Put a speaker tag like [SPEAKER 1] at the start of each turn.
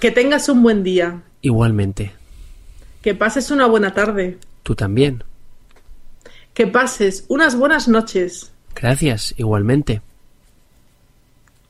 [SPEAKER 1] Que tengas un buen día.
[SPEAKER 2] Igualmente.
[SPEAKER 1] Que pases una buena tarde.
[SPEAKER 2] Tú también.
[SPEAKER 1] Que pases unas buenas noches.
[SPEAKER 2] Gracias, igualmente.